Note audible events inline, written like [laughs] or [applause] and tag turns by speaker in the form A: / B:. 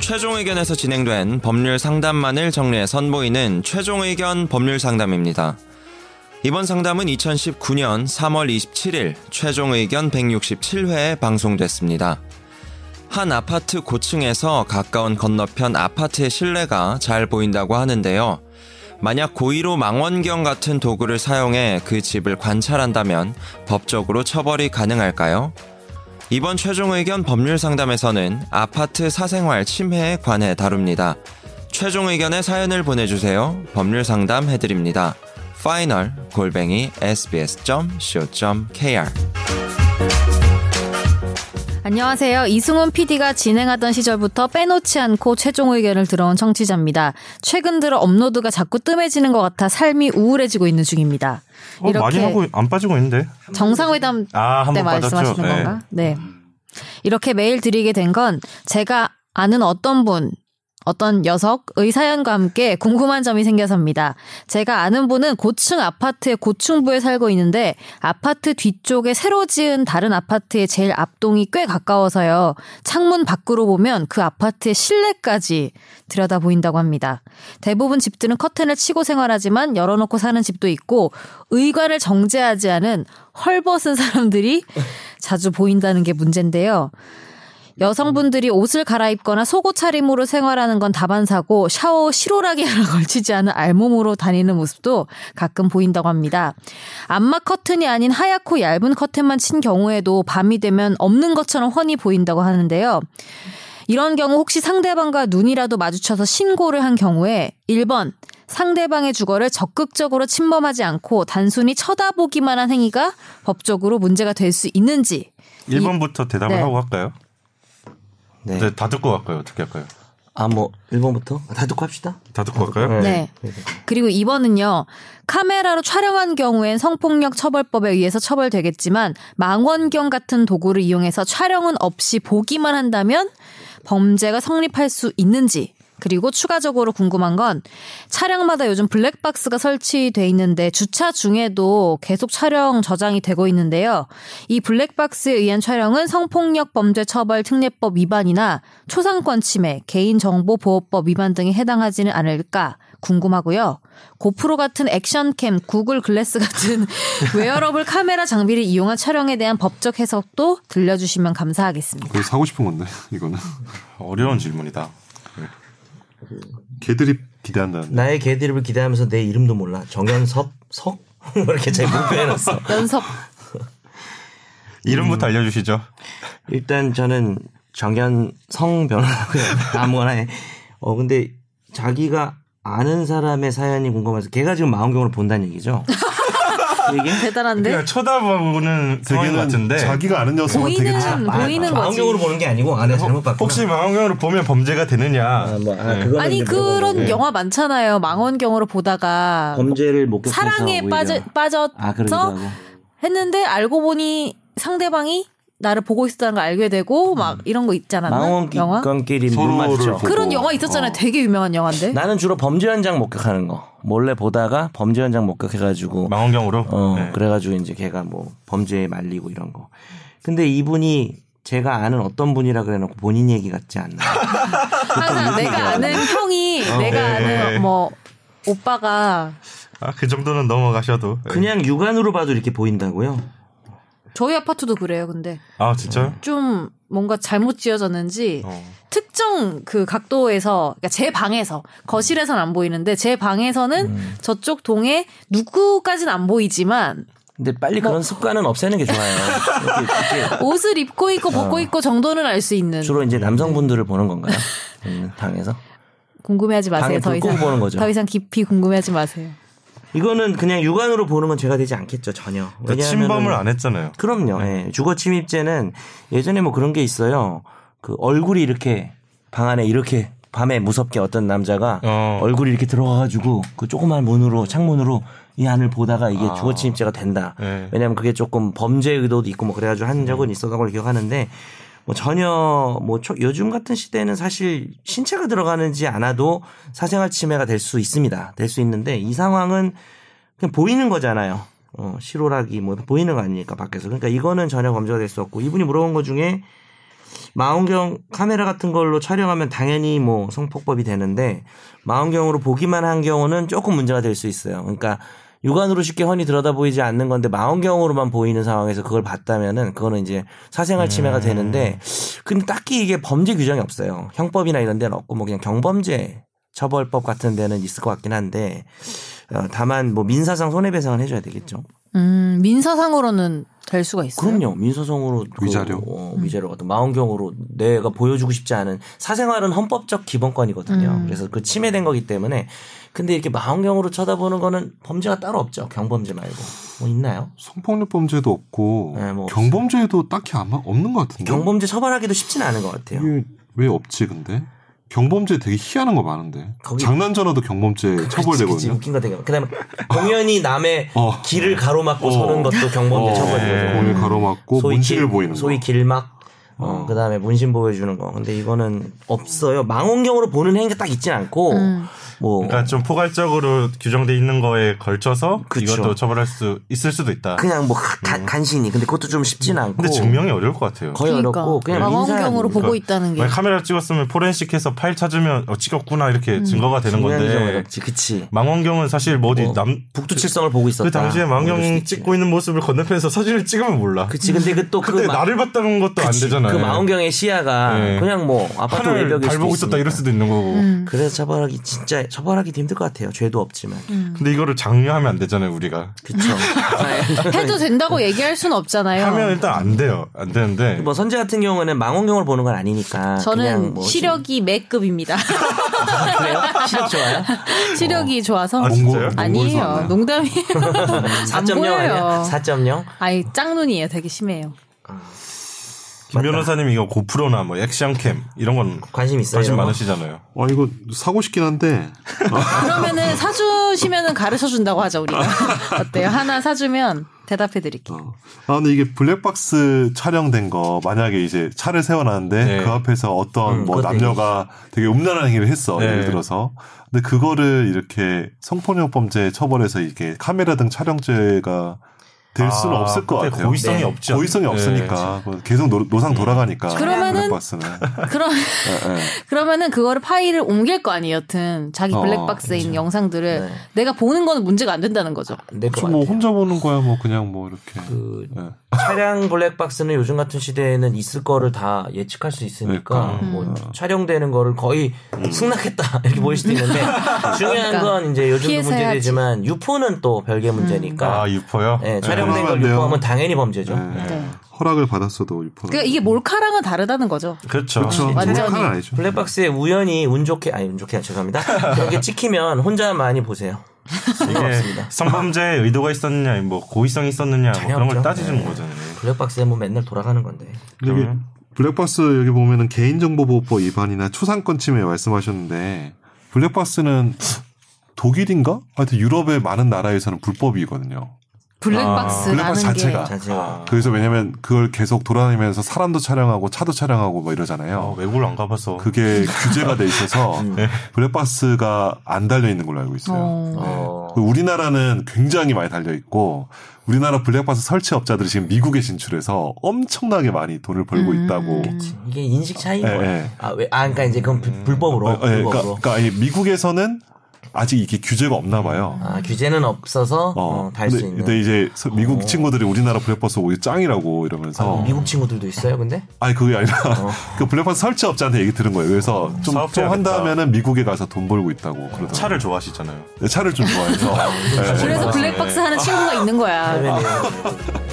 A: 최종 의견에서 진행된 법률 상담만을 정리해 선보이는 최종 의견 법률 상담입니다. 이번 상담은 2019년 3월 27일 최종 의견 167회에 방송됐습니다. 한 아파트 고층에서 가까운 건너편 아파트의 실내가 잘 보인다고 하는데요. 만약 고의로 망원경 같은 도구를 사용해 그 집을 관찰한다면 법적으로 처벌이 가능할까요? 이번 최종 의견 법률 상담에서는 아파트 사생활 침해에 관해 다룹니다. 최종 의견의 사연을 보내주세요. 법률 상담 해드립니다. 파이널 골뱅이 sbs.co.kr
B: 안녕하세요. 이승훈 PD가 진행하던 시절부터 빼놓지 않고 최종 의견을 들어온 청취자입니다. 최근 들어 업로드가 자꾸 뜸해지는 것 같아 삶이 우울해지고 있는 중입니다.
C: 어, 많이 하고 안 빠지고 있는데.
B: 정상회담
C: 아,
B: 때
C: 한번 빠졌죠.
B: 말씀하시는
C: 네.
B: 건가? 네. 이렇게 메일 드리게 된 건 제가 아는 어떤 분, 어떤 녀석의 사연과 함께 궁금한 점이 생겨서입니다. 제가 아는 분은 고층 아파트의 고층부에 살고 있는데 아파트 뒤쪽에 새로 지은 다른 아파트의 제일 앞동이 꽤 가까워서요. 창문 밖으로 보면 그 아파트의 실내까지 들여다 보인다고 합니다. 대부분 집들은 커튼을 치고 생활하지만 열어놓고 사는 집도 있고 의관을 정제하지 않은 헐벗은 사람들이 자주 보인다는 게 문제인데요. 여성분들이 옷을 갈아입거나 속옷 차림으로 생활하는 건 다반사고 샤워 실오라기 하나 [laughs] 걸치지 않은 알몸으로 다니는 모습도 가끔 보인다고 합니다. 안마 커튼이 아닌 하얗고 얇은 커튼만 친 경우에도 밤이 되면 없는 것처럼 훤히 보인다고 하는데요. 이런 경우 혹시 상대방과 눈이라도 마주쳐서 신고를 한 경우에 1번 상대방의 주거를 적극적으로 침범하지 않고 단순히 쳐다보기만 한 행위가 법적으로 문제가 될 수 있는지
C: 1번부터 대답을
B: 네.
C: 하고 할까요?
D: 네.
C: 이제 다 듣고 갈까요? 어떻게 할까요?
D: 아, 뭐, 1번부터? 다 듣고 합시다.
C: 다 듣고 갈까요?
B: 네. 그리고 2번은요. 카메라로 촬영한 경우엔 성폭력 처벌법에 의해서 처벌되겠지만 망원경 같은 도구를 이용해서 촬영은 없이 보기만 한다면 범죄가 성립할 수 있는지 그리고 추가적으로 궁금한 건 차량마다 요즘 블랙박스가 설치돼 있는데 주차 중에도 계속 촬영 저장이 되고 있는데요. 이 블랙박스에 의한 촬영은 성폭력 범죄 처벌 특례법 위반이나 초상권 침해, 개인정보보호법 위반 등에 해당하지는 않을까 궁금하고요. 고프로 같은 액션캠, 구글 글래스 같은 [laughs] 웨어러블 카메라 장비를 이용한 촬영에 대한 법적 해석도 들려주시면 감사하겠습니다.
E: 거의 사고 싶은 건데 이거는
C: 어려운 질문이다.
E: 개들이 기대한다는데
D: 나의 개드립을 기대하면서 내 이름도 몰라. 정현섭? 석? [laughs] 뭐 이렇게 잘 공부해놨어.
B: 연섭
C: 이름부터 알려주시죠.
D: 일단 저는 정현성 변호사고요. [laughs] 아무거나 해. 어, 근데 자기가 아는 사람의 사연이 궁금해서 걔가 지금 망원경을 본다는 [laughs] 얘기죠? 이게?
B: 대단한데
D: 그러니까
C: 그냥 쳐다보는 되게 같은데.
E: 자기가 아는 녀석은 되게
B: 보이는
E: 참-
D: 아,
B: 음, 보이는 거지.
D: 망원경으로 보는 게 아니고, 아, 내가 잘못 봤구나.
C: 혹시 망원경으로 보면 범죄가 되느냐?
D: 아, 뭐, 아, 그거는
B: 아니
D: 이제 물어보고.
B: 그런
D: 네.
B: 영화 많잖아요. 망원경으로 보다가
D: 뭐 범죄를 목격해서
B: 사랑에
D: 오히려.
B: 빠져 빠져서
D: 아, 그러기도 하고.
B: 했는데 알고 보니 상대방이 나를 보고 있었다는 걸 알게 되고
D: 음.
B: 막 이런 거 있지 않았나? 영화?
D: 망원경끼리 눈
E: 서로를
D: 맞죠.
E: 보고.
B: 그런 영화 있었잖아요. 되게 유명한 영화인데.
D: 나는 주로 범죄 현장 목격하는 거 몰래 보다가 범죄 현장 목격해가지고
C: 망원경으로.
D: 어
C: 네.
D: 그래가지고 이제 걔가 뭐 범죄에 말리고 이런 거 근데 이분이 제가 아는 어떤 분이라 그래놓고 본인 얘기 같지 않나 [laughs]
B: 항상 내가 아는 형이
D: 어,
B: 내가
D: 네.
B: 아는 뭐 오빠가
C: 아, 그 정도는 넘어가셔도. 네.
D: 그냥 육안으로 봐도 이렇게 보인다고요
B: 저희 아파트도 그래요. 근데
C: 아, 진짜요?
B: 좀 뭔가 잘못 지어졌는지
C: 어.
B: 특정 그 각도에서 그러니까 제 방에서 거실에선 안 보이는데 제 방에서는
D: 음.
B: 저쪽 동에 누구까진 안 보이지만
D: 근데 빨리 그런 습관은 없애는 게 좋아요 이렇게, 이렇게
B: 옷을 입고 있고 벗고 있고 정도는 알 수 있는
D: 어. 주로 이제 남성분들을 보는 건가요 음, 방에서
B: 궁금해하지 마세요
D: 방에
B: 더
D: 불 끄고
B: 이상
D: 보는 거죠.
B: 더 이상 깊이 궁금해하지 마세요
D: 이거는 그냥 육안으로 보는 건 죄가 되지 않겠죠 전혀
C: 그러니까
D: 왜냐하면은
C: 침범을 안 했잖아요. 네.
D: 그럼요. 예. 주거 침입죄는 예전에 뭐 그런 게 있어요. 그 얼굴이 이렇게 방 안에 이렇게 밤에 무섭게 어떤 남자가
C: 어.
D: 얼굴이 이렇게 들어가가지고 그 조그만 문으로 창문으로 이 안을 보다가 이게 주거 침입죄가 된다.
C: 네.
D: 왜냐하면 그게 조금 범죄 의도도 있고 뭐 그래가지고 한 적은 있었던 걸 기억하는데 뭐 전혀 뭐 초- 요즘 같은 시대에는 사실 신체가 들어가는지 않아도 사생활 침해가 될 수 있습니다. 될 수 있는데 이 상황은 그냥 보이는 거잖아요. 어, 실오라기 뭐 보이는 거 아닙니까 밖에서. 그러니까 이거는 전혀 범죄가 될 수 없고 이분이 물어본 것 중에 망원경 카메라 같은 걸로 촬영하면 당연히 뭐 성폭법이 되는데 망원경으로 보기만 한 경우는 조금 문제가 될 수 있어요. 그러니까 육안으로 쉽게 흔히 들여다보이지 않는 건데 망원경으로만 보이는 상황에서 그걸 봤다면은 그거는 이제 사생활 침해가 되는데 근데 딱히 이게 범죄 규정이 없어요. 형법이나 이런 데는 없고 뭐 그냥 경범죄 처벌법 같은 데는 있을 것 같긴 한데 어, 다만 뭐 민사상 손해배상은 해줘야 되겠죠.
B: 음, 민사상으로는 될 수가 있어요.
D: 그럼요. 민소송으로 그,
E: 위자료.
D: 어, 위자료 같은 망원경으로 내가 보여주고 싶지 않은 사생활은 헌법적 기본권이거든요.
B: 음.
D: 그래서 그 침해된 거기 때문에 근데 이렇게 망원경으로 쳐다보는 거는 범죄가 따로 없죠. 경범죄 말고 뭐 있나요?
E: 성폭력 범죄도 없고
D: 네, 뭐
E: 경범죄도 딱히 아마 없는 것 같은데.
D: 경범죄 처벌하기도 쉽지는 않은 것 같아요.
E: 이게 왜 없지 근데? 경범죄 되게 희한한 거 많은데.
D: 거기-
E: 장난 전화도 경범죄
D: 그치, 그치.
E: 처벌되거든요.
D: 웃긴 거 되게 많아. 그다음에 공연히 남의
E: 어.
D: 길을 가로막고
E: 어.
D: 서는 것도 경범죄
E: 어,
D: 네, 처벌이거든요.
E: 공을 가로막고
D: 소위
E: 문신을
D: 길-
E: 보이는
D: 소위
E: 거.
D: 길막 어, 그다음에 문신 보여주는 거 근데 이거는 없어요 망원경으로 보는 행위가 딱 있진 않고
B: 음.
D: 뭐
C: 그러니까 좀 포괄적으로 규정돼 있는 거에 걸쳐서
D: 그쵸.
C: 이것도 처벌할 수 있을 수도 있다.
D: 그냥 뭐 가- 간신히 근데 그것도 좀 쉽진 않고
C: 음. 근데 증명이 어려울 것 같아요.
D: 거의 어렵고 그냥
B: 망원경으로
D: 민사는
B: 그러니까.
D: 그러니까
B: 보고 있다는 게
C: 만약 카메라 찍었으면 포렌식해서 파일 찾으면 어, 찍었구나 이렇게 증거가 되는
D: 음, 증명이 좀
C: 건데
D: 어렵지 그치
C: 망원경은 사실 뭐 어디
D: 뭐,
C: 남
D: 북두칠성을 보고 있었다
C: 그 당시에
D: 뭐 이럴
C: 망원경
D: 수도 있지.
C: 찍고 있는 모습을 건너편에서 사진을 찍으면 몰라.
D: 그치 근데 그 또그
C: 근데 나를 봤다는 것도 안 되잖아요.
D: 그 망원경의 시야가
C: 네.
D: 그냥 뭐 아파트
C: 하늘
D: 외벽일
C: 달
D: 수도
C: 보고 있었다
D: 있으니까. 음.
C: 이럴 수도 있는 거고.
B: 음.
D: 그래서 처벌하기 진짜 처벌하기도 힘들 것 같아요 죄도 없지만
B: 음.
C: 근데 이거를 장려하면 안 되잖아요 우리가.
B: [laughs]
D: 그쵸
B: 해도 된다고 얘기할 순 없잖아요.
C: 하면 일단 안 돼요. 안 되는데.
D: 어. 뭐 선재 같은 경우는 망원경으로 보는 건 아니니까 그냥
B: 저는
D: 뭐
B: 시력이 매급입니다.
D: 좀- 그래요? 시력 좋아요?
B: [laughs]
D: 어.
B: 시력이 좋아서
C: 아, 진짜요?
E: 농구- 농구에서
B: 아니에요.
E: 만나요?
B: 농담이에요.
D: [laughs]
B: 안
D: 4.0 아니야?
B: 보여요.
D: 4.0?
B: 아니 짝눈이에요. 되게 심해요.
C: 김 변호사님 이거 고프로나 뭐 액션캠 이런 건
D: 관심 있어요?
C: 관심
D: 이런 거?
C: 많으시잖아요.
E: 아 이거 사고 싶긴 한데
B: 그러면은 사주시면은 가르쳐 준다고 하자 우리가. [laughs] 어때요? 하나 사주면 대답해 드릴게요.
E: 어. 아 근데 이게 블랙박스 촬영된 거 만약에 이제 차를 세워놨는데
C: 네.
E: 그 앞에서 어떤
D: 음,
E: 뭐
D: 그것도
E: 남녀가 되게 음란한 행위를 했어
C: 네.
E: 예를 들어서 근데 그거를 이렇게 성폭력 범죄 처벌해서 이렇게 카메라 등 촬영죄가 될 수는
C: 아,
E: 없을 것
C: 그때
E: 같아요.
C: 고의성이
D: 네.
C: 없지.
E: 고의성이
C: 않나요?
E: 없으니까 그거 계속 노, 노상 돌아가니까
B: 그러면은-
E: 블랙박스는
B: 그럼
E: 예, 예.
B: 그러면은 그거를 파일을 옮길 거 아니에요. 여튼 자기
E: 어,
B: 블랙박스에 있는 영상들을
D: 네.
B: 내가 보는 건 문제가 안 된다는 거죠.
D: 안 될 것
E: 그쵸, 뭐
D: 같아요.
E: 혼자 보는 거야 뭐 그냥 뭐 이렇게
D: 그
E: 예.
D: 차량 블랙박스는 요즘 같은 시대에는 있을 거를 다 예측할 수 있으니까
E: 그러니까. 음.
D: 뭐 촬영되는 거를 거의 승낙했다 [laughs] 이렇게 보일 수도 있는데
E: 그러니까.
D: 중요한 건 이제 요즘도
B: 피해서 해야지. 음.
D: 문제되지만 유포는 또 별개 문제니까
C: 아 유포요?
E: 네,
D: 예, 촬영된 걸
E: 그러면
D: 유포하면 당연히 범죄죠.
E: 예.
B: 네.
E: 허락을 받았어도 유포.
B: 그러니까 이게 몰카랑은 다르다는 거죠.
C: 그렇죠.
E: 그렇죠.
B: 완전히
E: 몰카는 아니죠.
D: 블랙박스에 우연히 운 좋게 아니 운 좋게 아니라 죄송합니다. 그런 게 찍히면 혼자 많이 보세요.
C: 이게 예. 성범죄의 의도가 있었느냐, 뭐 고의성이 있었느냐 뭐
D: 전혀
C: 그런 걸
D: 없죠.
C: 따지는
D: 네.
C: 거잖아요.
D: 블랙박스에 뭐 맨날 돌아가는 건데.
E: 근데 이게 블랙박스 여기 보면은 개인정보보호법 위반이나 초상권 침해 말씀하셨는데 블랙박스는 독일인가? 하여튼 유럽의 많은 나라에서는 불법이거든요.
B: 블랙박스 라는
E: 아, 블랙박스 자체가.
B: 게
D: 자세히
E: 그래서 왜냐면 그걸 계속 돌아다니면서 사람도 촬영하고 차도 촬영하고 뭐
C: 어,
E: 이러잖아요.
C: 외국을 안 가봐서
E: 그게 규제가 돼 있어서 블랙박스가 안 달려 있는 걸로 알고 있어요.
B: 어.
D: 어.
E: 그 우리나라는 굉장히 많이 달려 있고 우리나라 블랙박스 설치업자들이 지금 미국에 진출해서 엄청나게 많이 돈을 벌고
B: 음.
E: 있다고
D: 이게 인식 차이인
E: 예,
D: 거예요.
E: 예.
D: 아, 왜, 아, 그러니까 이제 그건 불- 불법으로.
E: 어, 예, 그러니까,
D: 불법으로.
E: 그러니까 이 미국에서는 아직 이게 규제가 없나 봐요.
C: 음.
D: 아, 규제는 없어서
E: 어,
D: 어, 달수
E: 근데,
D: 있는.
E: 근데 이제 서- 미국
C: 어.
E: 친구들이 우리나라 블랙박스 오히 짱이라고
C: 아,
E: 이러면서
D: 미국 친구들도 있어요, 근데?
E: 아니 그게 아니라 [laughs] 그 블랙박스 설치업자한테 얘기 들은 거예요. 그래서 좀, 좀
C: 어. 사업해야겠다.
E: 한다면은 미국에 가서 돈 벌고 있다고 그러더라고요.
C: 차를 좋아하시잖아요. [laughs]
E: 네, 차를 좀 좋아해서 네. 아.
B: 그래서 블랙박스 하는 친구가 있는 거야.
D: 아,